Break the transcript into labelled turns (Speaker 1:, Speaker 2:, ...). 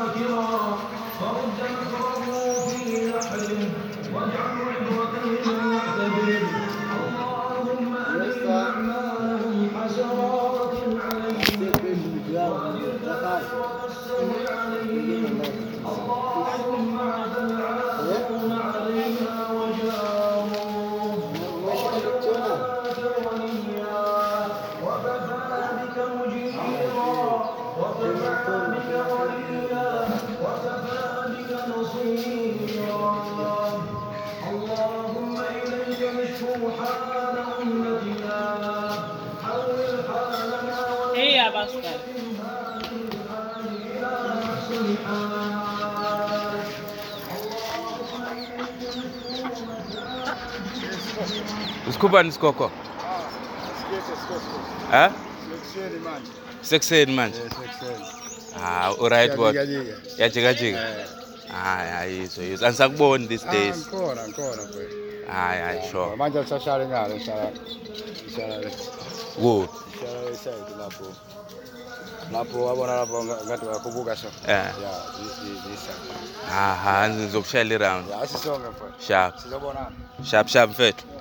Speaker 1: ساكرا فرج الكرم في نحره واجعل عبرته معتبر اللهم ألم أعمالهم حسرات عليهم وأجر دائرة السوء عليهم اللهم اعدل العاقبة علينا وجاره وجعلنا وليا وكفى بك مجيرا وكفى بك وليا وكفى بك نصيرا اللهم إليك نشكو حال أمتنا حول حالنا
Speaker 2: ايه يا باسطة
Speaker 1: ومنها للحال إلى أحسن حال اللهم إليك نشكو
Speaker 3: Uskuba nisikoko eh? Sekseni manje ah, alright
Speaker 4: Yajiga,
Speaker 3: bod
Speaker 4: jiga.
Speaker 3: yajikajika haya hizo hizo andisakuboni
Speaker 4: Ah.
Speaker 3: these days
Speaker 4: Ancora, ancora poi.
Speaker 3: haya haya, sure
Speaker 4: Mangia il sasciare gare, sarà. Sarà
Speaker 3: good
Speaker 4: sarà sei lapo. Lapo abona lapo ngathi wakubuka so.
Speaker 3: Eh.
Speaker 4: Yeah, this is this.
Speaker 3: aha nizokushayela iround
Speaker 4: Yeah, asisonga poi.
Speaker 3: sharp
Speaker 4: Sizobonana.
Speaker 3: sharp sharp mfethu